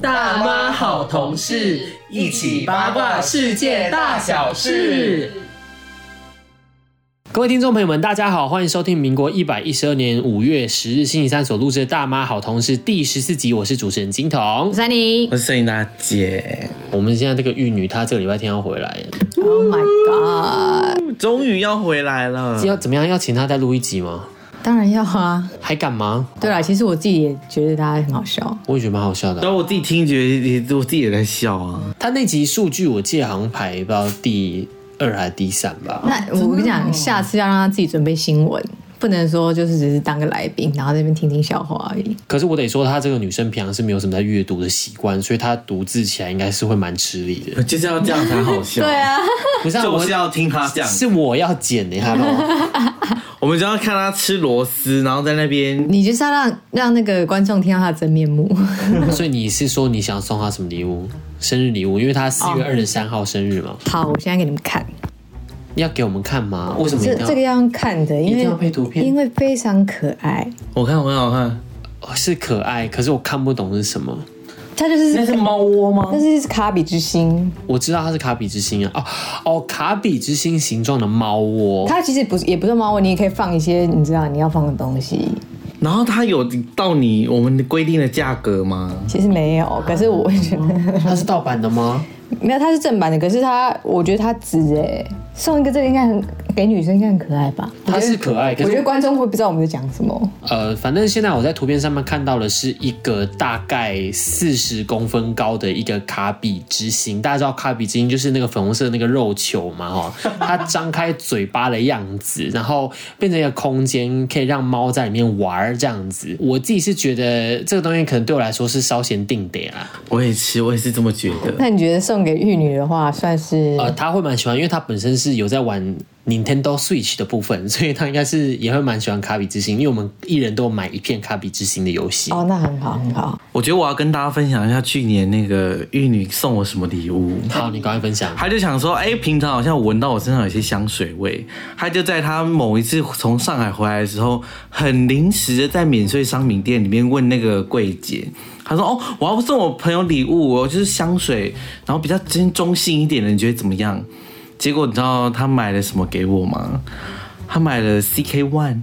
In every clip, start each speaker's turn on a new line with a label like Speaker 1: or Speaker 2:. Speaker 1: 大妈好同事，一起八卦世界大小事。
Speaker 2: 各位听众朋友们，大家好，欢迎收听民国一百一十二年五月十日星期三所录制的《大妈好同事》第十四集，我是主持人金
Speaker 3: 我
Speaker 2: 童。
Speaker 3: 是安妮
Speaker 1: 我是摄影大姐，
Speaker 2: 我们现在这个玉女，她这个礼拜天要回来，
Speaker 3: ，Oh my god！
Speaker 1: 终于要回来了。
Speaker 2: 要怎么样？要请她再录一集吗？
Speaker 3: 当然要啊。
Speaker 2: 还敢吗？
Speaker 3: 对啦，其实我自己也觉得他很好笑，
Speaker 2: 我也觉得蛮好笑的啊
Speaker 1: 然。后我自己听觉得，我自己也在笑啊。
Speaker 2: 她那集数据我记得好像排到第二还是第三吧。
Speaker 3: 那我跟你讲，下次要让他自己准备新闻，不能说就是只是当个来宾，然后在那边听听笑话而已。
Speaker 2: 可是我得说，她这个女生平常是没有什么在阅读的习惯，所以她读字起来应该是会蛮吃力的。
Speaker 1: 就是要这样才好 笑。
Speaker 3: 对，啊，
Speaker 2: 不是、啊、
Speaker 1: 就是
Speaker 2: 我，
Speaker 1: 要听他讲。
Speaker 2: 是我要剪的、欸，哈喽。
Speaker 1: 我们就要看他吃螺丝，然后在那边
Speaker 3: 你就是要让让那个观众听到他的真面 目。
Speaker 2: 所以你是说你想送他什么礼物？生日礼物，因为他四月二十三号生日嘛，
Speaker 3: 好，我现在给你们看，
Speaker 2: 你要给我们看吗？为什么一
Speaker 3: 这
Speaker 2: 定要？
Speaker 3: 这个要用看的，因
Speaker 2: 一定
Speaker 3: 为
Speaker 2: 要配图片
Speaker 3: 因为非常可爱。
Speaker 1: 我看我很好看，
Speaker 2: 哦是可爱，可是我看不懂是什么。
Speaker 3: 它就是
Speaker 1: 那是猫窝吗？
Speaker 3: 但是是卡比之心，
Speaker 2: 我知道它是卡比之心啊，哦哦，卡比之心形状的猫窝，
Speaker 3: 它其实不是也不是猫窝，你也可以放一些你知道你要放的东西。
Speaker 1: 然后它有到你我们规定的价格吗？
Speaker 3: 其实没有，可是我觉得
Speaker 2: 它是盗版的吗？
Speaker 3: 没有，它是正版的，可是它我觉得它值哎，送一个这个应该很给女生应该很可爱吧？
Speaker 2: 它是可爱，可
Speaker 3: 我觉得
Speaker 2: 是
Speaker 3: 观众会不知道我们在讲什么，
Speaker 2: 呃，反正现在我在图片上面看到的是一个大概四十公分高的一个卡比之心，大家知道卡比之心就是那个粉红色的那个肉球嘛，哈，它张开嘴巴的样子，然后变成一个空间，可以让猫在里面玩儿这样子。我自己是觉得这个东西可能对我来说是稍显定啊得啦，
Speaker 1: 我也是，我也是这么觉得。
Speaker 3: 那你觉得送给玉女的话，算是
Speaker 1: 啊
Speaker 2: 呃，他会蛮喜欢，因为他本身是有在玩 Nintendo Switch 的部分，所以他应该是也会蛮喜欢卡比之心，因为我们一人都有买一片卡比之心的游戏。
Speaker 3: 哦，那很好很好。
Speaker 1: 我觉得我要跟大家分享一下去年那个玉女送我什么礼物。
Speaker 2: 好，你赶快分享。
Speaker 1: 她就想说，哎、平常好像闻到我身上有些香水味。她就在她某一次从上海回来的时候，很临时的在免税商品店里面问那个柜姐，她说，哦，我要送我朋友礼物，我就是香水，然后比较真中性一点的，你觉得怎么样？结果你知道她买了什么给我吗？她买了 CK One。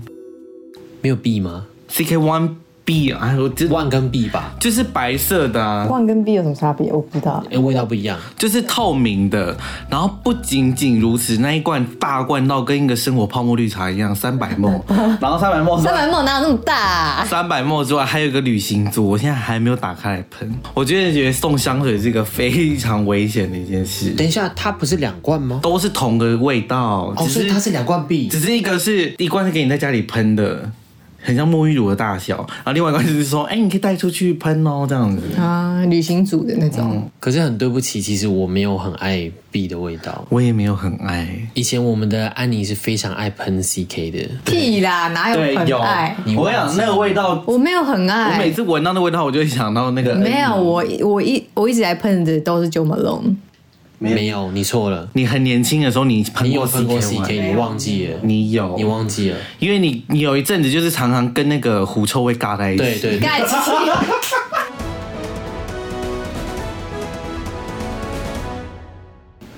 Speaker 2: 没有 B 吗？
Speaker 1: CK One B 啊，我这
Speaker 2: 万跟 B 吧，
Speaker 1: 就是白色的、啊，
Speaker 3: 万跟 B 有什么差别？我不知道。
Speaker 2: 哎、味道不一样。
Speaker 1: 就是透明的。然后不仅仅如此，那一罐大罐到跟一个生活泡沫绿茶一样，三百 梦。然后三百梦，
Speaker 3: 三百梦哪有那么大、啊？
Speaker 1: 三百梦之外，还有一个旅行组，我现在还没有打开来喷。我真的觉得送香水是一个非常危险的一件事，
Speaker 2: 等一下，它不是两罐吗？
Speaker 1: 都是同个味道，
Speaker 2: 哦，
Speaker 1: 只
Speaker 2: 所以
Speaker 1: 是、
Speaker 2: 它是两罐 B
Speaker 1: 只。是一个是一罐是给你在家里喷的。很像沐浴乳的大小，然后另外一罐就是说，哎、你可以带出去喷哦，这样子。
Speaker 3: 啊，旅行组的那种，
Speaker 1: 嗯
Speaker 2: 可是很对不起，其实我没有很爱 B 的味道。
Speaker 1: 我也没有很爱，
Speaker 2: 以前我们的安妮是非常爱喷 CK 的，
Speaker 3: 屁啦，哪
Speaker 1: 对，
Speaker 3: 有
Speaker 1: 有
Speaker 3: 很爱？
Speaker 2: 你
Speaker 1: 我
Speaker 2: 忘
Speaker 1: 想
Speaker 2: 记
Speaker 1: 那个味道，
Speaker 3: 我没有很
Speaker 1: 我每
Speaker 3: 爱。
Speaker 1: 次闻到那味道，我就会想到那个。哎
Speaker 3: 没有，我我一我一直在喷的都是 Jo Malone，
Speaker 1: 有
Speaker 2: 没有，你错了，
Speaker 1: 你很年轻的时候，你喷
Speaker 2: 你有
Speaker 1: 过
Speaker 2: 喷过
Speaker 1: CK 吗
Speaker 2: CK，你忘记了，
Speaker 1: 你有，
Speaker 2: 你忘记了。
Speaker 1: 因为你你有一阵子就是常常跟那个狐臭味尬在一起。
Speaker 2: 对对对，
Speaker 3: 盖奇。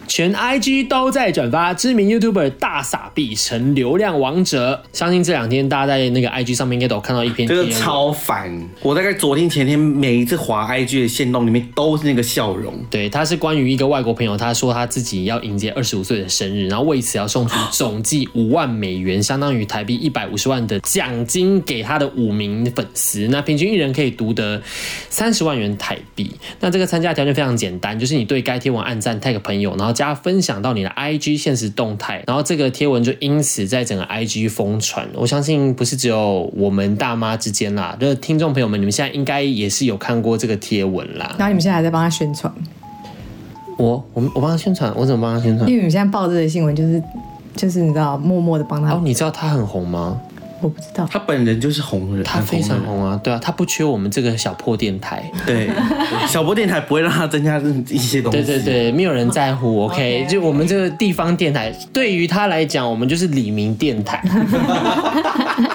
Speaker 2: 全 IG 都在转发知名 YouTuber 大傻逼成流量王者。相信这两天大家在那个 IG 上面应该都有看到一篇贴
Speaker 1: 这个
Speaker 2: 文，
Speaker 1: 超烦！我大概昨天前天每一次滑 IG 的线动里面都是那个笑容，
Speaker 2: 对，他是关于一个外国朋友，他说他自己要迎接二十五岁的生日，然后为此要送出总计五万美元，相当于台币一百五十万的奖金给他的五名粉丝。那平均一人可以独得三十万元台币。那这个参加条件非常简单，就是你对该贴文按赞 tag 朋友，然后加分享到你的 IG 现实动态，然后这个贴文就因此在整个 IG 疯传。我相信不是只有我们大妈之间啦，就是听众朋友们，你们现在应该也是有看过这个贴文啦。
Speaker 3: 然后你们现在还在帮他宣传，
Speaker 2: 我我我帮他宣传，我怎么帮他宣传
Speaker 3: 因？为你们现在报这个新闻就是就是你知道默默的帮他
Speaker 2: 哦，，你知道他很红吗？
Speaker 3: 我不知
Speaker 2: 哦
Speaker 3: 道。
Speaker 1: 他本人就是红哎人，
Speaker 2: 他非常
Speaker 1: 人。
Speaker 2: 红啊，对啊，他不缺我们这个小破电台。
Speaker 1: 对，小波电台不会让他增加一些东西。
Speaker 2: 对对对，没有人在乎，OK，
Speaker 3: OK，OK
Speaker 2: 就我们这个地方电台，对于他来讲，我们 就是李明电台。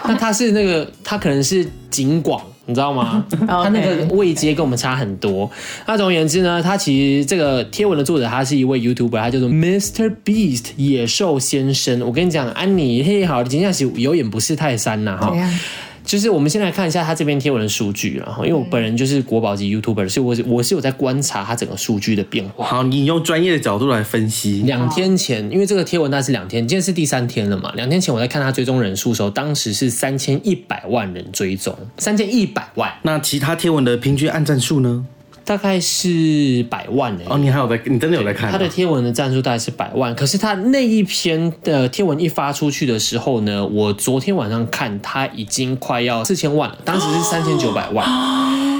Speaker 2: 那他是那个，他可能是警广，你知道吗？他
Speaker 3: OK
Speaker 2: 那个位阶跟我们差很多。那总而言之呢，他其实这个贴文的作者他是一位 YouTuber，他叫做 Mr Beast 野兽先生。我跟你讲，安妮嘿好，今天是有眼不识泰山呐、哈
Speaker 3: 怎。样？
Speaker 2: 就是我们先来看一下他这边贴文的数据啦，然后因为我本人就是国宝级 YouTuber，所以我是我是有在观察他整个数据的变化。
Speaker 1: 好，你用专业的角度来分析，
Speaker 2: 两天前，因为这个贴文大概是两天，今天是第三天了嘛。两天前我在看他追踪人数的时候，当时是三千一百万人追踪，三千一百万，欸
Speaker 1: 那其他贴文的平均按赞数呢？
Speaker 2: 大概是百万人、
Speaker 1: 哦，你还有在，你真的有在看、啊？
Speaker 2: 他的贴文的赞数大概是百万，可是他那一篇的贴文一发出去的时候呢，我昨天晚上看他已经快要四千万了，当时是三千九 百万，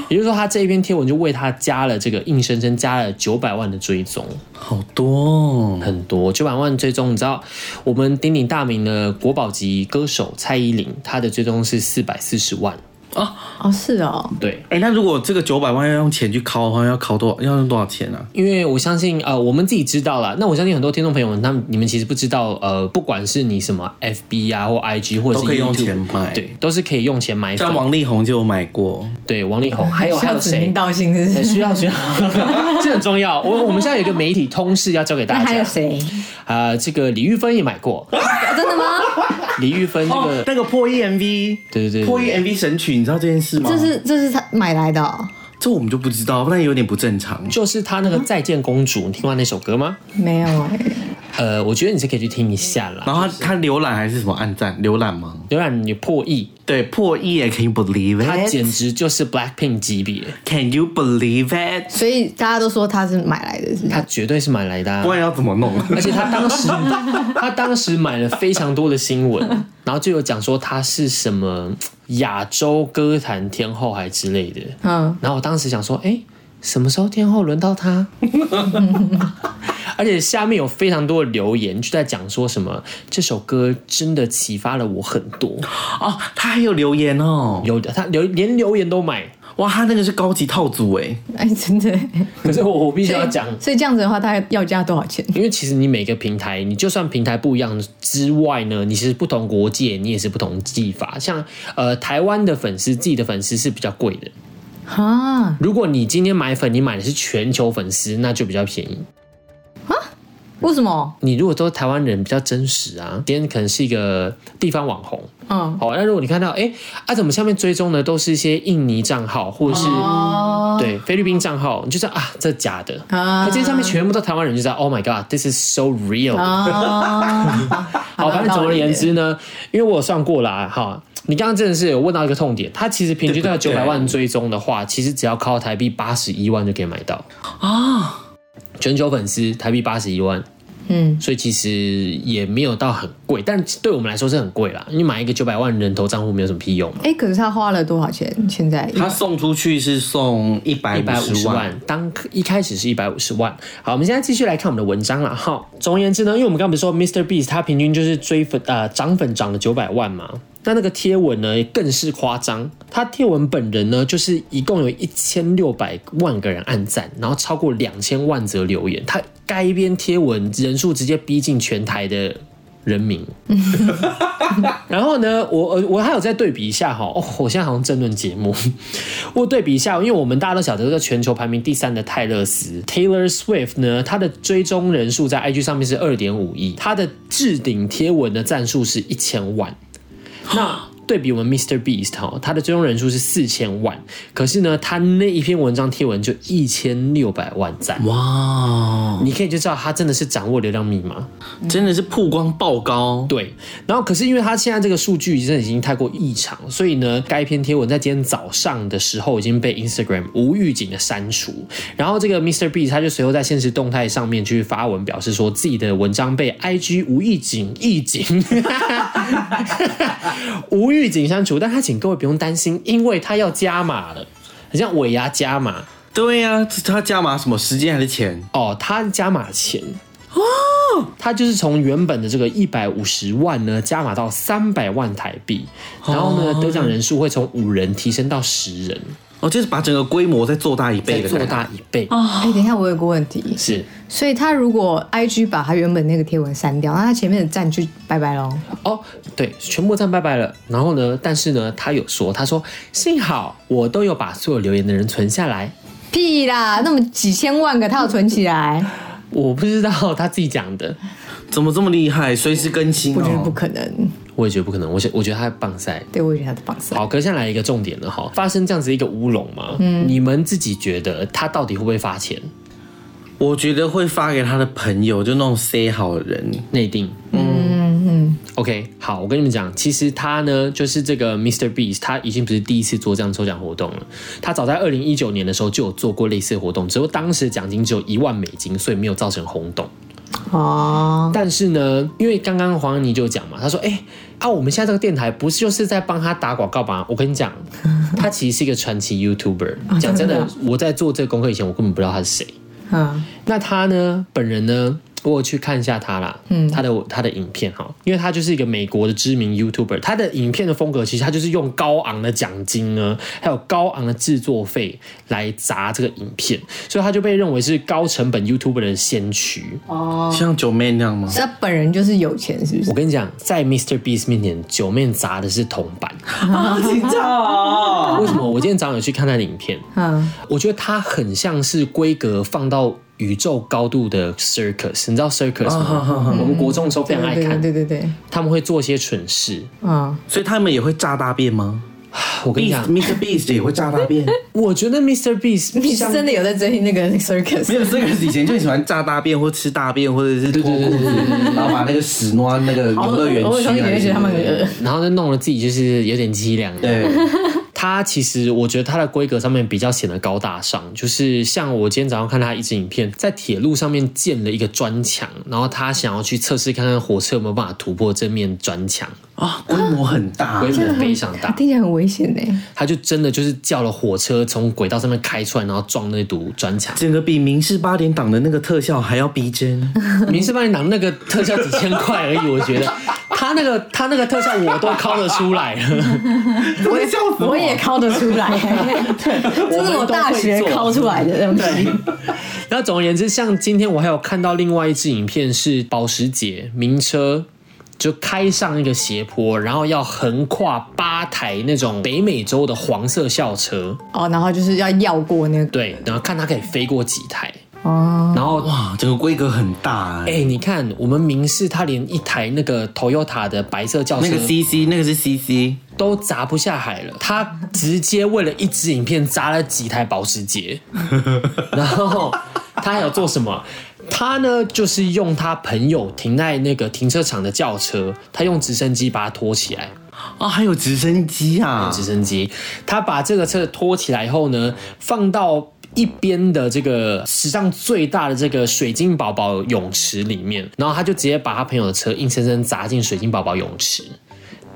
Speaker 2: 也就是说他这一篇贴文就为他加了这个硬生生加了九百万的追踪。
Speaker 1: 好多、哦，
Speaker 2: 很多九百万追踪，你知道我们鼎鼎大名的国宝级歌手蔡依林，她的追踪是四百四十万。
Speaker 3: 哦，是哦，
Speaker 2: 对，
Speaker 1: 哎、那如果这个九百万要用钱去敲的话，要敲多少？要用多少钱啊？
Speaker 2: 因为我相信呃，我们自己知道了。那我相信很多听众朋友们，他们你们其实不知道呃，不管是你什么 FB 啊或 IG 或者
Speaker 1: 都
Speaker 2: 是
Speaker 1: 可以用
Speaker 2: YouTube，
Speaker 1: 钱买
Speaker 2: 对，都是可以用钱买粉
Speaker 1: 像。王力宏就有买过，
Speaker 2: 对，王力宏， 还有
Speaker 3: 需
Speaker 2: 还
Speaker 3: 要
Speaker 2: 有
Speaker 3: 指名
Speaker 2: 谁？
Speaker 3: 道姓是不
Speaker 2: 呃
Speaker 3: 是？
Speaker 2: 需要需要，这很重要。我我们现在有一个媒体通识要教给大
Speaker 3: 那还
Speaker 2: 家。
Speaker 3: 有谁？
Speaker 2: 啊、这个李玉芬也买过。
Speaker 3: 真的吗？
Speaker 2: 李玉芬这
Speaker 3: 哦
Speaker 2: 个，
Speaker 1: 那个破译 MV，
Speaker 2: 对对对对
Speaker 1: 破译 MV 神曲，你知道这件事吗？
Speaker 3: 这是这是他买来的哦？
Speaker 1: 这我们就不知道，不然有点不正常。
Speaker 2: 就是他
Speaker 3: 嗯
Speaker 2: 那个《再见公主》，你听过那首歌吗？
Speaker 3: 没有哎，
Speaker 2: 呃，我觉得你是可以去听一下啦。
Speaker 1: 然后他他浏览还是什么暗赞浏览吗？
Speaker 2: 浏览你破亿，
Speaker 1: 对，破译耶，Can you believe
Speaker 2: 它
Speaker 1: it？Can
Speaker 2: 简直就是 Blackpink 级别，
Speaker 1: you believe it？
Speaker 3: 所以大家都说他是买来的，是不是
Speaker 2: 它绝对是买来的、啊
Speaker 1: 不。然要怎么 弄？
Speaker 2: 而且他当时，他当时买了非常多的新闻，然后就有讲说他是什么亚洲歌坛天后还之类的。
Speaker 3: 嗯，
Speaker 2: 然后我当时想说，哎、什么时候天后轮到他？而且下面有非常多的留言，就在讲说什么这首歌真的启发了我很多，
Speaker 1: 哦，他还有留言哦，
Speaker 2: 有的他留连留言都买，
Speaker 1: 哇，他那个是高级套组哎，
Speaker 3: 哎，真 的耶。
Speaker 2: 可是我我必须要讲，
Speaker 3: 所以这样子的话，他要加多少钱？
Speaker 2: 因为其实你每个平台，你就算平台不一样之外呢，你是不同国界，你也是不同技法。像呃台湾的粉丝，自己的粉丝是比较贵的。
Speaker 3: 哈，
Speaker 2: 如果你今天买粉，你买的是全球粉丝，那就比较便宜。
Speaker 3: 为什么？
Speaker 2: 你如果都是台湾人，比较真实啊。今天可能是一个地方网红，
Speaker 3: 嗯，
Speaker 2: 好，那如果你看到，哎、啊怎么下面追踪的都是一些印尼账号或者是、
Speaker 3: 哦，
Speaker 2: 对菲律宾账号，你就知道啊这假的。
Speaker 3: 啊
Speaker 2: 可今天上面全部都台湾人，就知道 Oh my God，this is so real。
Speaker 3: 啊，
Speaker 2: 好，反正总而言，之呢，因为我有算过啦，哈，你刚刚真的是有问到一个痛点，它其实平均到
Speaker 1: 对
Speaker 2: 九
Speaker 1: 不对
Speaker 2: 百万追踪的话，其实只要靠台币八十一万就可以买到啊，全球粉丝台币八十一万，
Speaker 3: 嗯，
Speaker 2: 所以其实也没有到很贵，但对我们来说是很贵啦，你买一个九百万人头账户没有什么屁用嘛。
Speaker 3: 哎，可是他花了多少钱？现在
Speaker 1: 他送出去是送一百
Speaker 2: 一百五
Speaker 1: 十
Speaker 2: 十
Speaker 1: 万，
Speaker 2: 万，当一开始是一百五十万。好，我们现在继续来看我们的文章了哈。总而言之呢，因为我们刚刚不是说 Mr Beast 他平均就是追粉呃涨粉涨了九百万嘛，那那个贴文呢更是夸张，他贴文本人呢就是一共有一千六百万个人按赞，然后超过两千万则留言，他该篇贴文人数直接逼近全台的人 民。然后呢，我呃我还有再对比一下哈，哦，我现在好像争论节目，我对比一下，因为我们大家都晓得这个全球排名第三的泰勒斯 Taylor Swift 呢，她的追踪人数在 IG 上面是二点五亿，她的置顶贴文的赞数是一千万。那对比我们 Mr Beast 哈、他的追踪人数是四千万，可是呢，他那一篇文章贴文就一千六百万赞，
Speaker 1: 哇，
Speaker 2: 你可以就知道他真的是掌握流量密码。
Speaker 1: 真的是曝光爆高，
Speaker 2: 对，然后可是因为他现在这个数据真的已经太过异常，所以呢，该篇贴文在今天早上的时候已经被 Instagram 无预警的删除。然后这个 Mr. B 他就随后在现实动态上面去发文表示说，自己的文章被 IG 无预警预警 无预警删除，但他请各位不用担心，因为他要加码了，很像尾牙加码。
Speaker 1: 对呀、他加码什么时间还是钱？
Speaker 2: 哦，他加码前它就是从原本的这个一百五十万呢，加码到三百万台币，然后呢，得奖人数会从五人提升到十人，
Speaker 1: 哦，就是把整个规模再做大一
Speaker 2: 再
Speaker 1: 倍的
Speaker 2: 做
Speaker 1: 感觉。
Speaker 2: 大一倍。
Speaker 3: 哎、等一下，我有个问题，
Speaker 2: 是
Speaker 3: 所以他如果 IG 把他原本那个贴文删掉，那他前面的赞就拜拜喽。
Speaker 2: 哦，对，全部赞拜拜了。然后呢，但是呢，他有说，他说幸好我都有把所有留言的人存下来，
Speaker 3: 屁啦，那么几千万个他要存起来，
Speaker 2: 我不知道他自己讲的，
Speaker 1: 怎么这么厉害？随时更新、哦。
Speaker 3: 我觉得不可能。
Speaker 2: 我也觉得不可能。我觉我觉得他棒赛。
Speaker 3: 对，我也觉得他的榜上。
Speaker 2: 好，可是现在来一个重点了哈，发生这样子一个乌龙嘛，你们自己觉得他到底会不会发钱？
Speaker 1: 我觉得会发给他的朋友，就那种 say 好的人。
Speaker 2: 内定。
Speaker 3: 嗯嗯，
Speaker 2: OK，好，我跟你们讲，其实他呢，就是这个 Mr. Beast，他已经不是第一次做这样抽奖活动了。他早在二零一九年的时候就有做过类似的活动，只不过当时奖金只有一万美金，所以没有造成轰动。
Speaker 3: 哦，
Speaker 2: 但是呢，因为刚刚黄安妮就讲嘛，她说：“哎、啊，我们现在这个电台不是就是在帮他打广告吗？”我跟你讲，他其实是一个传奇 YouTuber。讲真的，我在做这个功课以前，我根本不知道他是谁。
Speaker 3: 嗯，
Speaker 2: 那他呢，本人呢，我有去看一下他啦，嗯，他的他的影片哈，因为他就是一个美国的知名 YouTuber，他的影片的风格其实他就是用高昂的奖金呢，还有高昂的制作费来砸这个影片，所以他就被认为是高成本 YouTuber 的先驱。
Speaker 1: 哦像九妹那样吗？
Speaker 3: 他本人就是有钱，是不是
Speaker 2: 我？跟你讲，在 Mr Beast 面前，九面砸的是铜板。
Speaker 1: 啊，紧张哦！
Speaker 2: 为什么？我今天早上有去看他的影片，
Speaker 3: 嗯，
Speaker 2: 我觉得它很像是规格放到宇宙高度的 circus，你知道 circus
Speaker 1: 啊哈
Speaker 2: 吗？我们国中的时候非常爱
Speaker 3: 对对
Speaker 2: 看，
Speaker 3: 对对对，
Speaker 2: 他们会做一些蠢事。
Speaker 3: 嗯，
Speaker 1: 所以他们也会炸大便吗
Speaker 2: 我跟你讲
Speaker 1: ？Beast，Mr. Beast 也会炸大便。
Speaker 2: 我觉得 Mr. Beast
Speaker 3: 你是真的有在追那个 circus？
Speaker 1: 没有，这个以前就很喜欢炸大便或吃大便，或者是脱裤子，然后把那个屎挪到那个游乐园
Speaker 3: 我
Speaker 1: 区啊
Speaker 3: 有同学
Speaker 1: 来。
Speaker 3: 觉得他们很恶
Speaker 2: 然后就弄得自己就是有点凄凉。
Speaker 1: 对，
Speaker 2: 它其实我觉得它的规格上面比较显得高大上，就是像我今天早上看它一支影片，在铁路上面建了一个砖墙，然后他想要去测试看看火车有没有办法突破这面砖墙，
Speaker 1: 啊，规模很大
Speaker 2: 规，模非常大，
Speaker 3: 听起来很危险 呢。
Speaker 2: 他就真的就是叫了火车从轨道上面开出来，然后撞那堵砖墙。
Speaker 1: 整个比明示八点档的那个特效还要逼真。
Speaker 2: 民事帮你拿那个特效几千块而已，我觉得他那个他那个特效我都敲得出来了。
Speaker 1: 我笑死
Speaker 3: 我也拷得出来，这是我大学拷出来的东西。
Speaker 2: 然后总而言之，像今天我还有看到另外一支影片是保时捷名车。就开上一个斜坡，然后要横跨八台那种北美洲的黄色校车，
Speaker 3: 哦，然后就是要要过那个
Speaker 2: 对，然后看它可以飞过几台，
Speaker 3: 哦，
Speaker 2: 然后
Speaker 1: 哇，整个规格很大
Speaker 2: 哎、
Speaker 1: 哎。
Speaker 2: 你看我们明视它连一台那个 Toyota 的白色轿车
Speaker 1: 那个 CC，那个是 CC，
Speaker 2: 都砸不下海了，他直接为了一支影片砸了几台保时 捷，然后他还有做什么？他呢，就是用他朋友停在那个停车场的轿车，他用直升机把它拖起来，
Speaker 1: 啊，还有直升机啊，
Speaker 2: 直升机，他把这个车拖起来以后呢，放到。一边的这个史上最大的这个水晶宝宝泳池里面，然后他就直接把他朋友的车硬生生砸进水晶宝宝泳池，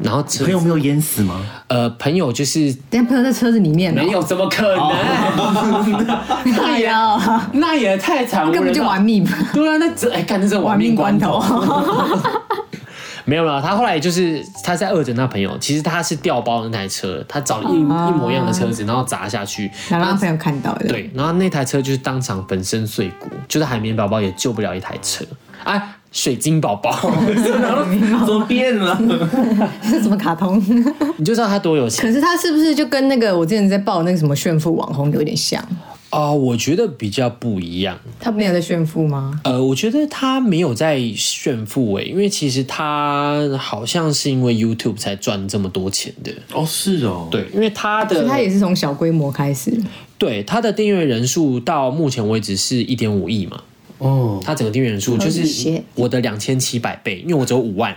Speaker 2: 然后车
Speaker 1: 朋友没有淹 死吗？
Speaker 2: 呃朋友就是
Speaker 3: 等一下朋友在车子里面呢哦
Speaker 2: 没，有，怎么可哦能？
Speaker 3: 哎呀，
Speaker 2: 那也太惨无人道
Speaker 3: 根本就 玩。命 吧，
Speaker 2: 对啊，那这哎，看这是玩
Speaker 3: 玩
Speaker 2: 命
Speaker 3: 命
Speaker 2: 关
Speaker 3: 关
Speaker 2: 头
Speaker 3: 头。。
Speaker 2: 没有啦，他后来就是他在二诊那朋友，其实他是调包那台车，他找了一、
Speaker 3: 啊
Speaker 2: 一模一样的车子，然后砸下去。
Speaker 3: 然后让朋友看到的，，
Speaker 2: 对，然后那台车就是当场粉身碎骨，就是海绵宝宝也救不了一台车。哎，水晶宝 宝，
Speaker 1: 怎么变了？
Speaker 3: 是 什么卡通？
Speaker 2: 你就知道他多有钱
Speaker 3: 可是他是不是就跟那个我之前在报那个什么炫富网红有点像？
Speaker 2: 哦。我觉得比较不一样。
Speaker 3: 他没有在炫富吗？
Speaker 2: 呃，我觉得他没有在炫富欸诶、因为其实他好像是因为 YouTube 才赚这么多钱的。
Speaker 1: 哦，是哦，，
Speaker 2: 对，因为他
Speaker 3: 所
Speaker 2: 的
Speaker 3: 以他也是从小规模开始，
Speaker 2: 对他的订阅人数到目前为止是一点五亿嘛，
Speaker 1: 哦，
Speaker 2: 他整个订阅人数就
Speaker 3: Holy
Speaker 2: 是
Speaker 3: shit
Speaker 2: 我的两千七百倍，因为我只有五 万，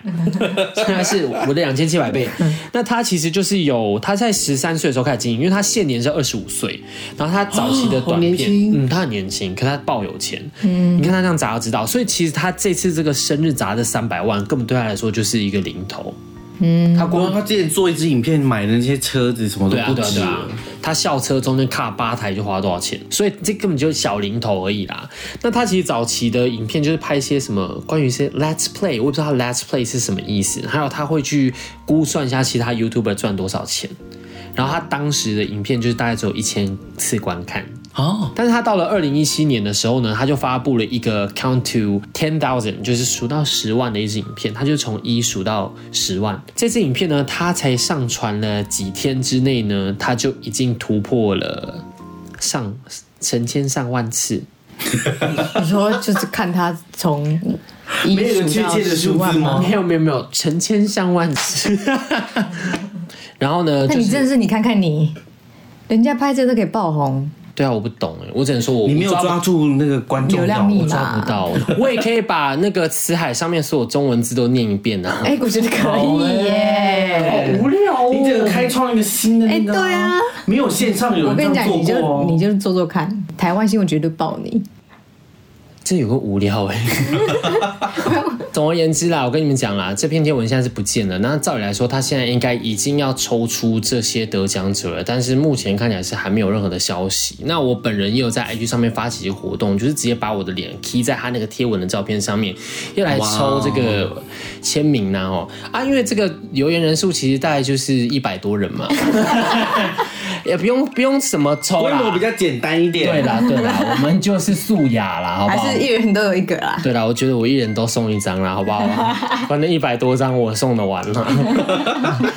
Speaker 2: 现在是我的两千七百倍。那他其实就是有他在十三岁的时候开始经营，因为他现年是二十五岁，然后他早期的短
Speaker 1: 哦年
Speaker 2: 片，
Speaker 1: 轻
Speaker 2: 嗯，他很年轻，可他爆有钱，嗯，你看他这样砸就知道，所以其实他这次这个生日砸的三百万，根本对他来说就是一个零头，嗯，他光
Speaker 1: 光他之前做一支影片买的那些车子什么都
Speaker 2: 对啊，
Speaker 1: 不
Speaker 2: 对啊，
Speaker 1: 止
Speaker 2: 对啊
Speaker 1: 了，，
Speaker 2: 他校车中间卡吧台就花多少钱，所以这根本就是小零头而已啦。那他其实早期的影片就是拍一些什么关于一些 Let's Play，我也不知道他 Let's Play 是什么意思，还有他会去估算一下其他 YouTuber 赚多少钱。然后他当时的影片就是大概只有一千次观看，
Speaker 1: 哦，
Speaker 2: 但是他到了二零一七年的时候呢，他就发布了一个 count to ten thousand，就是数到十万的一支影片，他就从一数到十万。这支影片呢，他才上传了几天之内呢，他就已经突破了上成千上万次。
Speaker 3: 你说就是看他从一
Speaker 1: 没有
Speaker 3: 数
Speaker 1: 确
Speaker 3: 到
Speaker 1: 切的
Speaker 3: 十
Speaker 1: 数
Speaker 3: 万
Speaker 1: 字吗
Speaker 3: 吗？
Speaker 2: 没有没有没有，成千上万次。 然后呢，
Speaker 3: 那
Speaker 2: 就
Speaker 3: 你
Speaker 2: 是
Speaker 3: 真的是你看看你，人家拍这都可以爆红，
Speaker 2: 对啊，我不懂哎，我只能说我
Speaker 1: 你没有
Speaker 2: 我不
Speaker 1: 抓住那个观众
Speaker 3: 流量
Speaker 1: 要
Speaker 3: 密
Speaker 1: 我
Speaker 3: 码
Speaker 2: 抓不到，我也可以把那个词海上面所有中文字都念一遍啊。
Speaker 3: 哎、我觉得可以耶。
Speaker 1: 好无聊哦！你这个开创一个新的那个、
Speaker 3: 哎对啊，
Speaker 1: 没有线上哎有
Speaker 3: 我
Speaker 1: 人这
Speaker 3: 跟你
Speaker 1: 样
Speaker 3: 讲，
Speaker 1: 做
Speaker 3: 你
Speaker 1: 过
Speaker 3: 就
Speaker 1: 哦。
Speaker 3: 你就做做看，台湾新闻绝对爆你。
Speaker 2: 这有个无聊哎、 总而言之啦，我跟你们讲啦，这篇贴文现在是不见了。那照理来说，他现在应该已经要抽出这些得奖者了，但是目前看起来是还没有任何的消息。那我本人也有在 IG 上面发起一个活动，就是直接把我的脸 key 在他那个贴文的照片上面，要来抽这个签名呐、哦啊，因为这个留言人数其实大概就是一百多人嘛， 也不用不用什么抽
Speaker 1: 规模
Speaker 2: 啦
Speaker 1: 比。较简单一点。
Speaker 2: 对啦对啦，我们就是素雅啦，好不好？
Speaker 3: 还是一人都有一个啦。
Speaker 2: 对啦，我觉得我一人都送一张啦，好不 好？反正一百多张我送的完 了。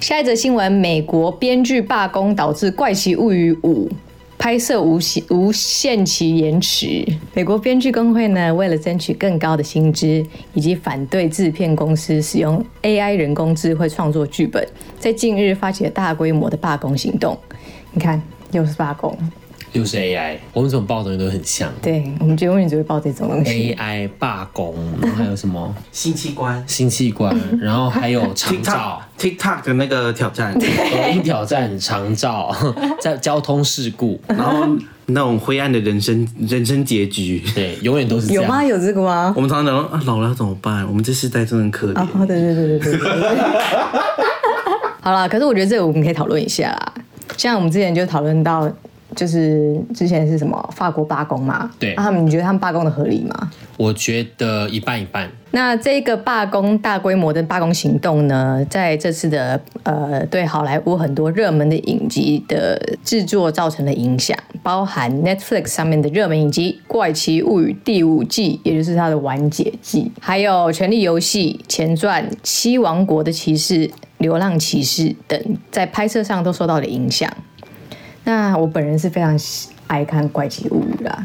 Speaker 3: 下一则新闻：美国编剧罢工导致《怪奇物语五》拍摄无期无限期延迟。美国编剧工会呢，为了争取更高的薪资，以及反对制片公司使用 AI 人工智慧创作剧本，在近日发起了大规模的罢工行动。你看，又是罢工。
Speaker 2: 又是 AI，我们怎么报的东西都很像。
Speaker 3: 对我们觉得永远只会报这种东西。
Speaker 2: AI 罢工，然后还有什么
Speaker 1: 新器官
Speaker 2: 新器官， 然后还有长
Speaker 1: ，TikTok
Speaker 2: 照，
Speaker 1: TikTok 的那个挑战，
Speaker 2: 抖音挑战长照， 在交通事故，
Speaker 1: 然后那种灰暗的人生 人生结局。
Speaker 2: 对，永远都 是这
Speaker 3: 有吗？
Speaker 2: 样。
Speaker 3: 有这个吗？
Speaker 1: 我们常常讲啊，老了要怎么办？我们这世代真的很可怜。
Speaker 3: 哦，对对对对对对。 好啦，可是我觉得这个我们可以讨论一下啦。像我们之前就讨论到，就是之前是什么法国罢工嘛？啊
Speaker 2: 对
Speaker 3: 那、他们你觉得他们罢工的合理吗？
Speaker 2: 我觉得一半一半。
Speaker 3: 那这个罢工大规模的罢工行动呢，在这次的呃对好莱坞很多热门的影集的制作造成了影响，包含 Netflix 上面的热门影集《怪奇物语》第五季，也就是它的完结季，还有《权力游戏》前传《七王国的骑士》《流浪骑士》等，在拍摄上都受到了影响。那我本人是非常喜爱看《怪奇物语》啦，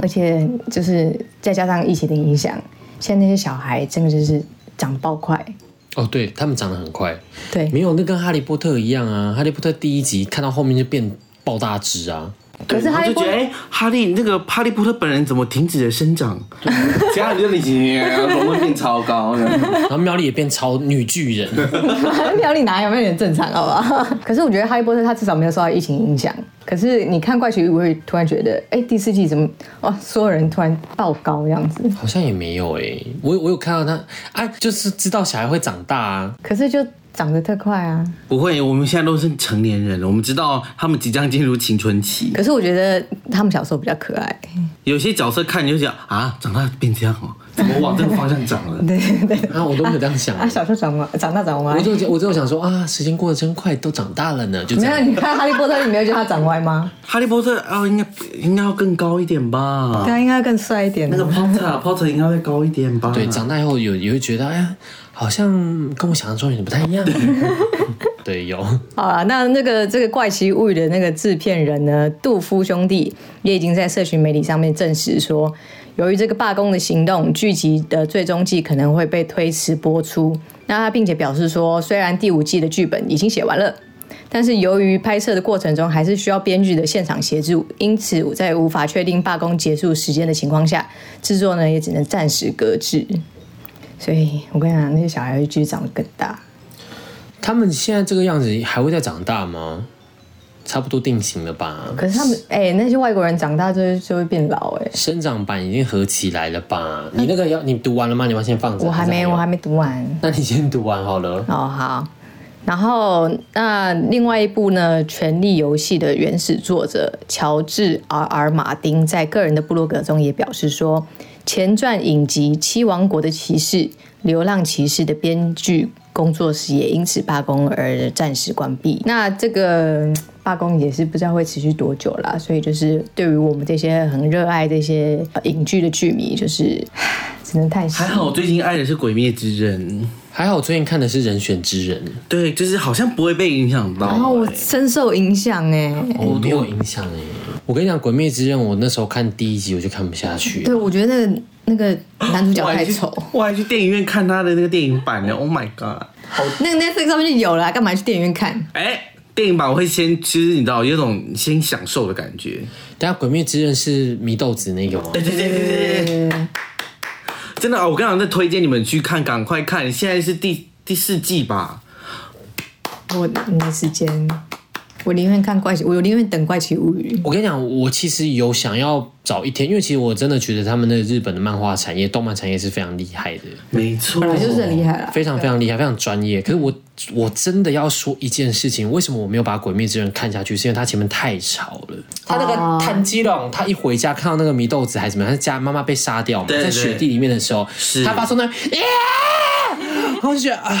Speaker 3: 而且就是再加上疫情的影响，现在那些小孩真的就是长爆快。
Speaker 2: 哦，对他们长得很快，
Speaker 3: 对，
Speaker 2: 没有那跟哈利波特一样啊。哈利波特第一集看到后面就变爆大只啊。
Speaker 3: 可是
Speaker 1: 我
Speaker 3: 哈利
Speaker 1: 就
Speaker 3: 波
Speaker 1: 觉得，
Speaker 3: 特
Speaker 1: 哎，哈利那个哈利波特本人怎么停止了生 长？其他人就已经容会变超高了。
Speaker 2: 然后妙丽也变超女巨人，
Speaker 3: 苗栗哪有没有点正常，好不好？ 可是我觉得哈利波特他至少没有受到疫情影响。可是你看怪奇物语，突然觉得，哎、第四季怎么哇，所有人突然爆高这样子？
Speaker 2: 好像也没有诶、我我有看到他，哎、就是知道小孩会长大啊。
Speaker 3: 可是就长得特快啊。
Speaker 1: 不会，我们现在都是成年人了，我们知道他们即将进入青春期。
Speaker 3: 可是我觉得他们小时候比较可爱。
Speaker 1: 有些角色看你就想啊，长大变这样哦，怎么往这个方向长 了？
Speaker 3: 对对 对。
Speaker 2: 啊，我都没有这样想、
Speaker 3: 啊，小时候长歪，长大长歪
Speaker 2: 我。就我就想说啊，时间过得真快，都长大了呢，就这
Speaker 3: 没有，
Speaker 2: 样。
Speaker 3: 你看哈利波特，你没有觉得他长歪吗？
Speaker 1: 哈利波特啊，应该应该要更高一点吧？
Speaker 3: 他应该更帅一点
Speaker 1: 啊那
Speaker 3: 的
Speaker 1: 个 Potter Potter 应该会高一点吧？
Speaker 2: 对，长大以后有也会觉得，哎呀，好像跟我想象中有点不太 一样。对，有
Speaker 3: 好啦，那那个这个《怪奇物语》的那个制片人呢，杜夫兄弟也已经在社群媒体上面证实说，由于这个罢工的行动，剧集的最终季可能会被推迟播出。那他并且表示说，虽然第五季的剧本已经写完了。但是由于拍摄的过程中还是需要编剧的现场协助，因此在无法确定罢工结束时间的情况下，制作呢也只能暂时搁置。所以我跟你讲，那些小孩会继续长得更大。
Speaker 2: 他们现在这个样子还会再长大吗？差不多定型了吧？
Speaker 3: 可是他们哎、那些外国人长大就会就会变老哎、
Speaker 2: 生长板已经合起来了吧？你那个要你读完了吗？你要先放着？
Speaker 3: 我还没，我还
Speaker 2: 没。
Speaker 3: 没读完。
Speaker 2: 那你先读完好了。
Speaker 3: 哦，好。然后，那另外一部呢，《权力游戏》的原始作者乔治 ·R·R· 马丁在个人的部落格中也表示说，前传影集《七王国的骑士》《流浪骑士》的编剧工作室也因此罢工而暂时关闭。那这个嗯罢工也是不知道会持续多久啦，所以就是对于我们这些很热爱这些呃影剧的剧迷，就是呃唉只能叹息
Speaker 1: 还。好我最近爱的是《鬼灭之刃》，
Speaker 2: 还好我最近看的是《人选之人》，
Speaker 1: 对，就是好像不会被影响到、
Speaker 3: 然后我
Speaker 1: 欸
Speaker 3: 深受影响哎、
Speaker 2: 我没有影响哎、我跟你讲，《鬼灭之刃》，我那时候看第一集我就看不下去
Speaker 3: 对，。我觉得那个那个男主角太丑。
Speaker 1: 我还去电影院看他的那个电影版呢。Oh my god！
Speaker 3: 那个 Netflix 上面就有了，干嘛去电影院看？
Speaker 1: 哎、电影版我会先，其实你知道，有种先享受的感觉。
Speaker 2: 等下，《鬼灭之刃》是祢豆子那个吗？
Speaker 1: 对对对对对，真的啊！我刚刚在推荐你们去看，赶快看，现在是第第四季吧？
Speaker 3: 我没时间，我宁愿看怪奇，我宁愿等怪奇物语。
Speaker 2: 我跟你讲，我其实有想要找一天，因为其实我真的觉得他们的日本的漫画产业、动漫产业是非常厉害的。
Speaker 1: 没错
Speaker 3: 本，来就是很厉害啦，
Speaker 2: 哦非常非常厉害，非常专业。可是我我真的要说一件事情，为什么我没有把《鬼灭之刃》看下去？是因为它前面太吵了。他那
Speaker 3: 哦
Speaker 2: 个炭治郎，他一回家看到那个祢豆子还是怎么样，他家妈妈被杀掉嘛，
Speaker 1: 对
Speaker 2: 在雪地里面的时候
Speaker 1: 是，
Speaker 2: 他发出那耶，然后我就觉得啊，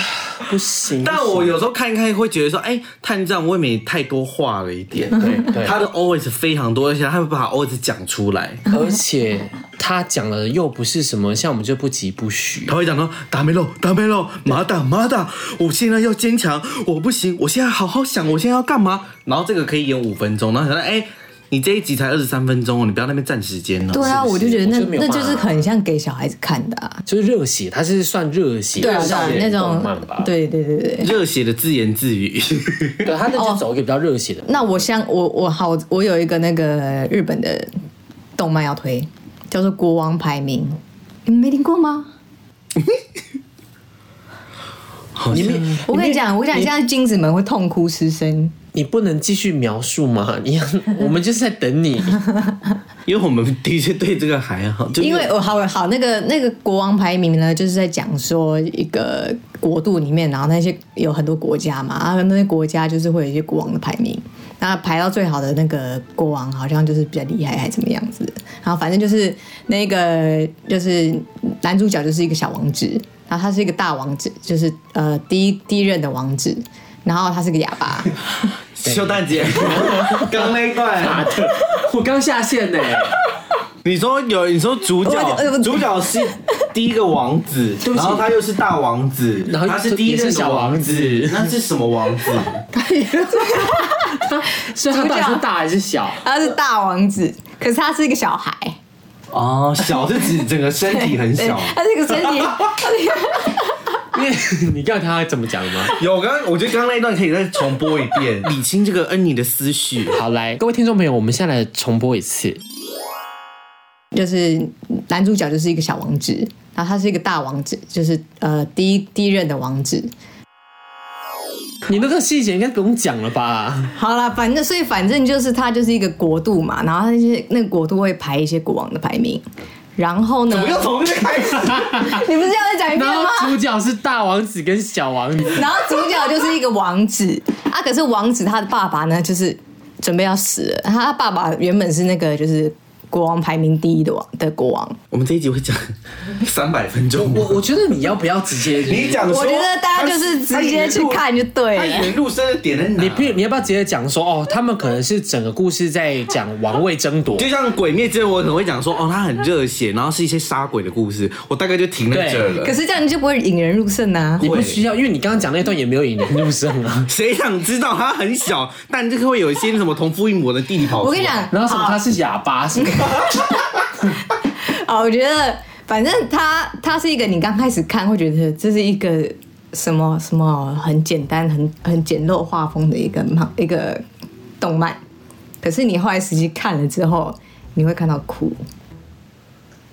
Speaker 2: 不行。
Speaker 1: 但我有时候看一看会觉得说，哎、探长未免太多话了一点。对
Speaker 2: 对
Speaker 1: 他的 always 非常多，而且他会把 always 讲出来，
Speaker 2: 而且他讲的又不是什么，像我们就不急不徐
Speaker 1: 他。会讲说打没喽，打没喽，马打马打，我现在要坚强，我不行，我现在好好想，我现在要干嘛？然后这个可以演五分钟，然后想到，哎、你这一集才二十三分钟哦，你不要在那边占时间哦。
Speaker 3: 对啊，
Speaker 2: 是不是
Speaker 3: 我就觉得那
Speaker 2: 我就没有
Speaker 3: 那
Speaker 2: 办法
Speaker 3: 就是很像给小孩子看的啊。
Speaker 2: 就是热血，它是算热血，
Speaker 3: 对啊，对
Speaker 2: 少
Speaker 3: 啊那
Speaker 2: 年动漫吧
Speaker 3: 种，，对对对对。
Speaker 1: 热血的自言自 语，
Speaker 2: 对，它那
Speaker 3: 哦
Speaker 2: 就走一个比较热血的。
Speaker 3: 那我像我我好，我有一个那个日本的动漫要推，叫做《国王排名》，你们没听过吗？
Speaker 1: 好像
Speaker 3: 我跟你讲，我跟你讲，现在金子们会痛哭失声。
Speaker 2: 你不能继续描述吗？你我们就是在等你。
Speaker 1: 因为我们的确对这个还好，就是、
Speaker 3: 因为我好好那个那个国王排名呢，就是在讲说一个国度里面，然后那些有很多国家嘛，然后那些国家就是会有一些国王的排名，那排到最好的那个国王好像就是比较厉害，还是怎么样子的。然后反正就是那个就是男主角就是一个小王子，然后他是一个大王子，就是呃第一第一任的王子，然后他是个哑巴。
Speaker 1: 修蛋 姐刚那一段，
Speaker 2: 我刚下线 呢、
Speaker 1: 你说有你说
Speaker 3: 我
Speaker 1: 主
Speaker 2: 呃
Speaker 3: 我
Speaker 1: 角
Speaker 3: 我
Speaker 1: 主角是第一个王 子，
Speaker 2: 不
Speaker 1: 然
Speaker 2: 起
Speaker 1: 后他又是大王子，
Speaker 2: 然后
Speaker 1: 他是第一
Speaker 2: 也
Speaker 1: 任
Speaker 2: 是
Speaker 1: 的
Speaker 2: 小
Speaker 1: 王
Speaker 2: 王
Speaker 1: 子
Speaker 2: 子，
Speaker 1: 那是什么王子？
Speaker 2: 所以他到底是大还是小？
Speaker 3: 他是大王子，可是他是一个小孩，
Speaker 1: 哦，小是指整个身体很
Speaker 3: 对
Speaker 1: 小。，
Speaker 3: 他是一个身体，他是一个
Speaker 2: 因为 你告诉他怎么讲吗？
Speaker 1: 有刚刚，我觉得刚刚那一段可以再重播一 遍，理清这个恩妮的思绪。
Speaker 2: 好，来，各位听众朋友，我们现在来重播一次。
Speaker 3: 就是男主角就是一个小王子，然后他是一个大王子，就是呃第一第一任的王子。
Speaker 2: 你那个细节应该不用讲了吧？
Speaker 3: 好啦，反正所以反正就是他就是一个国度嘛，然后他那些那个国度会排一些国王的排名，然后呢，
Speaker 1: 我要从这个开始。
Speaker 3: 你不是要再讲一遍
Speaker 2: 然后
Speaker 3: 吗？
Speaker 2: 主角是大王子跟小王子，
Speaker 3: 然后主角就是一个王子啊，可是王子他的爸爸呢，就是准备要死了，他爸爸原本是那个就是国王排名第一的王的国王，
Speaker 1: 我们这一集会讲 三百分钟。
Speaker 2: 我我觉得你要不要直接？
Speaker 1: 你讲说，
Speaker 3: 我觉得大家就是直接去看就对
Speaker 1: 他
Speaker 3: 了。
Speaker 1: 引入深的点在哪？
Speaker 2: 你不，你要不要直接讲说哦？他们可能是整个故事在讲王位争夺，
Speaker 1: 就像《鬼灭之刃》，我可能会讲说，哦，他很热血，然后是一些杀鬼的故事，我大概就停在
Speaker 2: 对
Speaker 1: 这儿了
Speaker 3: 可。是这样你就不会引人入胜啊！
Speaker 2: 你不需要，因为你刚刚讲那段也没有引人入胜啊。
Speaker 1: 谁想知道他很小，但这个会有一些什么同父异母的弟弟跑出来
Speaker 3: 我跟你讲，
Speaker 2: 然后什么他是哑巴什么的？
Speaker 3: 啊，我觉得反正他他是一个你刚开始看会觉得这是一个什么什么很简单、很很简陋画风的一个漫一个动漫，可是你后来实际看了之后，你会看到哭。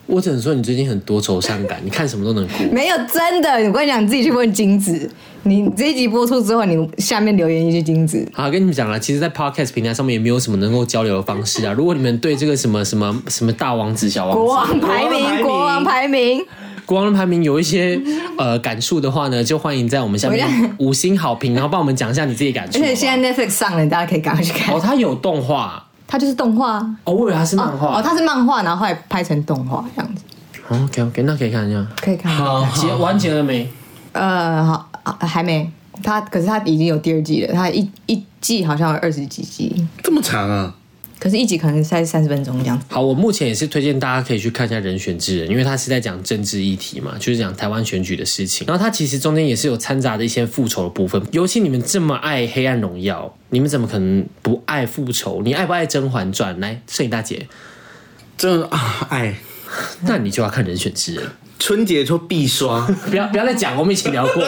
Speaker 2: 我只能说你最近很多愁善 感，你看什么都能哭。
Speaker 3: 没有真的，我跟你讲，你自己去问金子。你这一集播出之后，你下面留言一句金子。
Speaker 2: 好，跟你们讲了，其实，在 podcast 平台上面也没有什么能够交流的方 式啊。如果你们对这个什么什么什么大王子、小王子、
Speaker 3: 国王排名，国
Speaker 1: 国
Speaker 3: 王
Speaker 1: 王
Speaker 3: 排名，
Speaker 2: 国王的排名有一些呃感触的话呢，就欢迎在我们下面
Speaker 3: 我要
Speaker 2: 五星好评，然后帮我们讲一下你自己的感触好
Speaker 3: 而
Speaker 2: 不好。
Speaker 3: 且现在 Netflix 上了，大家可以赶快去看
Speaker 2: 哦，。它有动画
Speaker 3: 它就是动画啊，
Speaker 2: 哦，我以为它是漫画。
Speaker 3: 哦，它是漫画，然后后来拍成动画这样子，
Speaker 2: OK OK，那可以看一下。
Speaker 3: 可以看。
Speaker 1: 好好
Speaker 2: 结完结了没？
Speaker 3: 呃，好，啊还没。它可是它已经有第二季了，它一一季好像有二十几集，
Speaker 1: 这么长啊？
Speaker 3: 可是一集可能才三十分钟这样子。
Speaker 2: 好，我目前也是推荐大家可以去看一下《人选之人》，因为他是在讲政治议题嘛，就是讲台湾选举的事情。然后他其实中间也是有掺杂的一些复仇的部分。尤其你们这么爱《黑暗荣耀》，你们怎么可能不爱复仇？你爱不爱《甄嬛传》？来，摄影大姐，
Speaker 1: 这啊，哎，
Speaker 2: 那你就要看《人选之人》。
Speaker 1: 春节就 必刷。
Speaker 2: 不要不要再讲，我们以前聊过，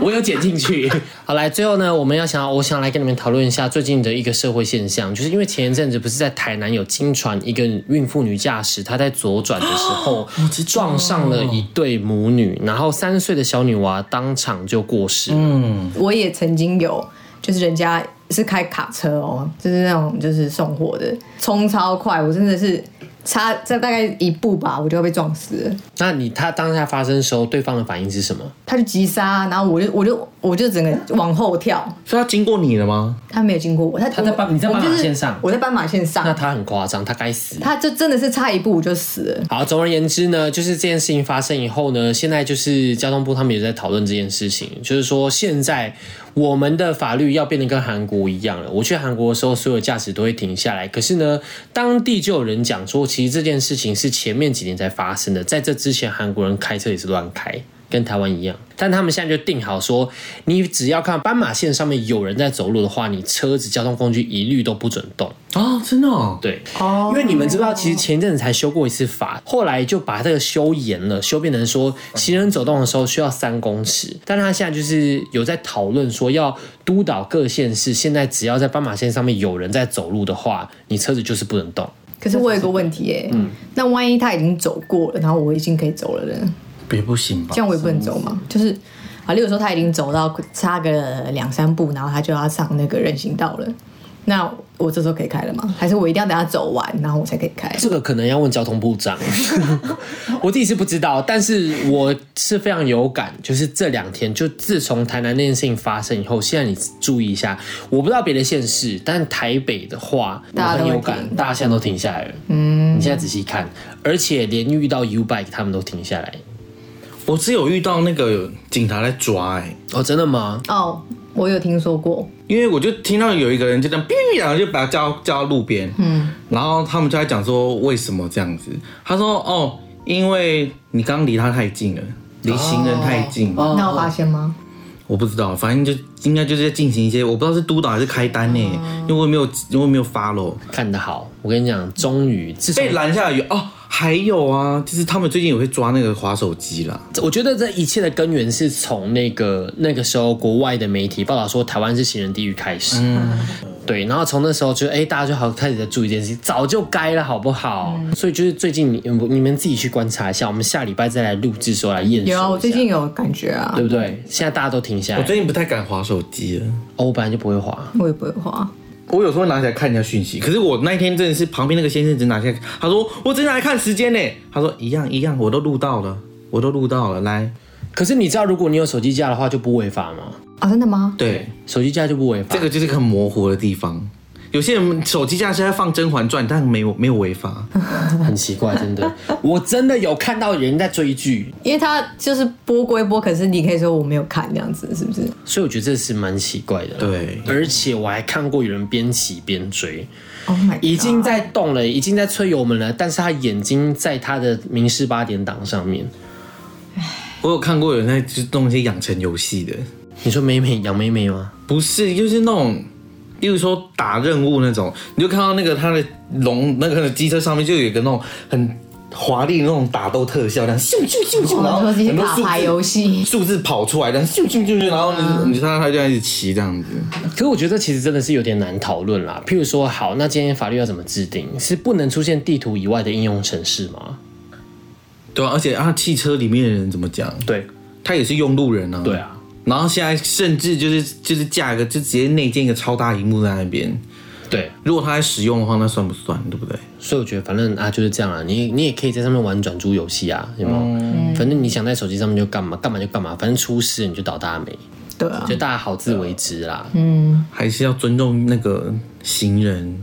Speaker 2: 我有剪进去。好，来最后呢，我们要想，我想来跟你们讨论一下最近的一个社会现象，就是因为前一阵子不是在台南有经传一个孕妇女驾驶，她在左转的时 候撞上了一对母女，然后三岁的小女娃当场就过世了。
Speaker 3: 我也曾经有，就是人家是开卡车哦，就是那种就是送货的，冲超快，我真的是差这大概一步吧，我就要被撞死了。
Speaker 2: 那你她当下发生的时候，对方的反应是什么？
Speaker 3: 他就急刹，然后我就我就我就整个往后跳，
Speaker 1: 所以他经过你了吗？
Speaker 3: 他没有经过我，他他
Speaker 2: 在斑你在斑马线上
Speaker 3: 我在斑马线
Speaker 2: 那
Speaker 3: 上，
Speaker 2: 她很夸张，她该死。
Speaker 3: 他就真的是差一步我就死了。
Speaker 2: 好，总而言之呢，就是这件事情发生以后呢，现在就是交通部他们也在讨论这件事情，就是说现在我们的法律要变得跟韩国一样了。我去韩国的时候，所有驾驶都会停下来，可是呢，当地就有人讲说，其实这件事情是前面几年才发生的，在这之前韩国人开车也是乱开。跟台湾一样，但他们现在就定好说，你只要看斑马线上面有人在走路的话，你车子、交通工具一律都不准动。
Speaker 1: 啊，真的、哦？
Speaker 2: 对，哦，因为你们知不知道，其实前一阵子才修过一次法，后来就把这个修严了，修变成说行人走动的时候需要三公尺，但他现在就是有在讨论说要督导各县市，现在只要在斑马线上面有人在走路的话，你车子就是不能动。
Speaker 3: 可是我有个问题耶、
Speaker 2: 嗯
Speaker 3: 那万一他已经走过了，然后我已经可以走了呢？
Speaker 1: 别不行吧
Speaker 3: 这？样我也不能走嘛。就是啊，例如说他已经走到差个两三步，然后他就要上那个人行道了，那我这时候可以开了吗？还是我一定要等他走完，然后我才可以开？
Speaker 2: 这个可能要问交通部长， 我自己是不知道，但是我是非常有感，就是这两天，就自从台南那件事情发生以后，现在你注意一下，我不知道别的县市，但台北的话，我
Speaker 3: 大家都
Speaker 2: 很
Speaker 3: 会
Speaker 2: 有感，大家现在都停下来了。嗯，你现在仔细看，而且连遇到 U Bike 他们都停下来。
Speaker 1: 我只有遇到那个警察在抓、哎，
Speaker 2: 哦，真的吗？
Speaker 3: 哦，我有听说过，
Speaker 1: 因为我就听到有一个人就这样，哔然后就把他叫叫到路边，嗯，然后他们就在讲说为什么这样子，他说哦，因为你刚离他太近了，离行人太近，
Speaker 2: 哦
Speaker 3: 那我发现吗？
Speaker 1: 我不知道，反正就应该就是在进行一些，我不知道是督导还是开单呢、因为我没有，因为我没有 follow，
Speaker 2: 看得好，我跟你讲，终于自从
Speaker 1: 被拦下来有哦，还有啊，就是他们最近也会抓那个滑手机啦，
Speaker 2: 我觉得这一切的根源是从那个那个时候国外的媒体报道说台湾是行人地狱开始，
Speaker 3: 嗯
Speaker 2: 对，然后从那时候就哎、大家就好开始在注意这件事情，早就该了好不好？
Speaker 3: 嗯
Speaker 2: 所以就是最近你你们自己去观察一下，我们下礼拜再来录制的时候来验收一下
Speaker 3: 有啊，我最近有感觉啊
Speaker 2: 对，不对？现在大家都停下
Speaker 1: 我
Speaker 2: 来，
Speaker 1: 最近不太敢滑手机了。
Speaker 2: 哦，我本来就不会滑，
Speaker 3: 我也不会画。
Speaker 1: 我有时候拿起来看一下讯息，可是我那一天真的是旁边那个先生只拿下来，他说我只拿来看时间呢，他说一样一样，我都录到了，我都录到了，来，
Speaker 2: 可是你知道如果你有手机架的话就不违法吗？
Speaker 3: 啊，真的吗？
Speaker 1: 对，
Speaker 2: 手机架就不违法，
Speaker 1: 这个就是个很模糊的地方。有些人手机架是在放《甄嬛传》，但没有没有违法。
Speaker 2: 很奇怪，真的，我真的有看到有人在追剧，
Speaker 3: 因为他就是播归播，可是你可以说我没有看这样子，是不是？
Speaker 2: 所以我觉得这是蛮奇怪的。
Speaker 1: 对
Speaker 2: 而且我还看过有人边骑边追，
Speaker 3: Oh my，
Speaker 2: 已经在动了，已经在催油门了，但是他眼睛在他的明示八点档上面。
Speaker 1: 我有看过有人在就是弄一些养成游戏的，
Speaker 2: 你说美美杨美美吗？
Speaker 1: 不是就是那种，例如说打任务那种，你就看到那个他的龙那个机车上面就有一个那种很华丽的那种打斗特效，这样咻咻咻咻，
Speaker 3: 哦
Speaker 1: 然
Speaker 3: 我
Speaker 1: 后
Speaker 3: 说这些
Speaker 1: 很多
Speaker 3: 卡
Speaker 1: 数
Speaker 3: 牌
Speaker 1: 字
Speaker 3: 游戏，嗯
Speaker 1: 数字跑出来，但咻咻咻咻，然后你你就看到他就在一直骑这样子。
Speaker 2: 可是我觉得其实真的是有点难讨论啦。譬如说，好，那今天法律要怎么制定？是不能出现地图以外的应用程式吗？
Speaker 1: 对啊，而且啊，汽车里面的人怎么讲？
Speaker 2: 对
Speaker 1: 他也是用路人啊。
Speaker 2: 对。啊，
Speaker 1: 然后现在甚至就是就是架一个就直接内建一个超大荧幕在那边，
Speaker 2: 嗯对，
Speaker 1: 如果他在使用的话，那算不算？对不对？
Speaker 2: 所以我觉得反正啊就是这样啊，你你也可以在上面玩转租游戏啊，有没有？反正你想在手机上面就干嘛干嘛就干嘛，反正出事你就倒大霉，
Speaker 3: 对啊，
Speaker 2: 就大家好自为之啦。嗯
Speaker 1: 还是要尊重那个行人。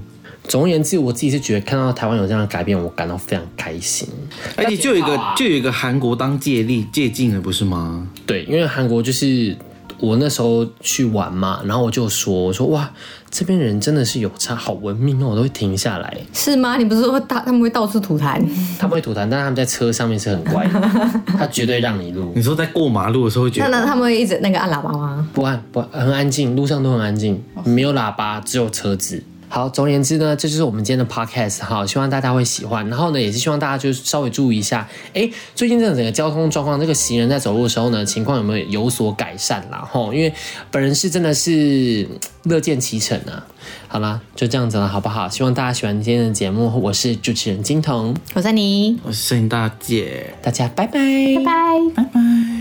Speaker 2: 总而言之，我自己是觉得看到台湾有这样的改变，我感到非常开心。
Speaker 1: 而且哎就有一个就有一个韩国当借力借镜了，不是吗？
Speaker 2: 对，因为韩国就是我那时候去玩嘛，然后我就说，我说哇，这边人真的是有差，好文明哦，我都会停下来。
Speaker 3: 是吗？你不是说大他们会到处吐痰？
Speaker 2: 他们会吐痰，但是他们在车上面是很乖的，他绝对让你录
Speaker 1: 你，说在过马路的时候会觉
Speaker 3: 那
Speaker 1: 得
Speaker 3: 那他们会一直那个按喇叭吗？
Speaker 2: 不按不按很安静，路上都很安静，没有喇叭，只有车子。好，总而言之呢，这就是我们今天的 podcast 哈，希望大家会喜欢。然后呢，也是希望大家就是稍微注意一下，哎，最近这整个交通状况，这个行人在走路的时候呢，情况有没有有所改善啦？吼，因为本人是真的是嗯乐见其成啊。好啦，就这样子了，好不好？希望大家喜欢今天的节目，我是主持人金童，
Speaker 3: 我是你，
Speaker 1: 哦我是声音大姐。
Speaker 2: 大家拜拜
Speaker 3: 拜拜。
Speaker 1: 拜拜。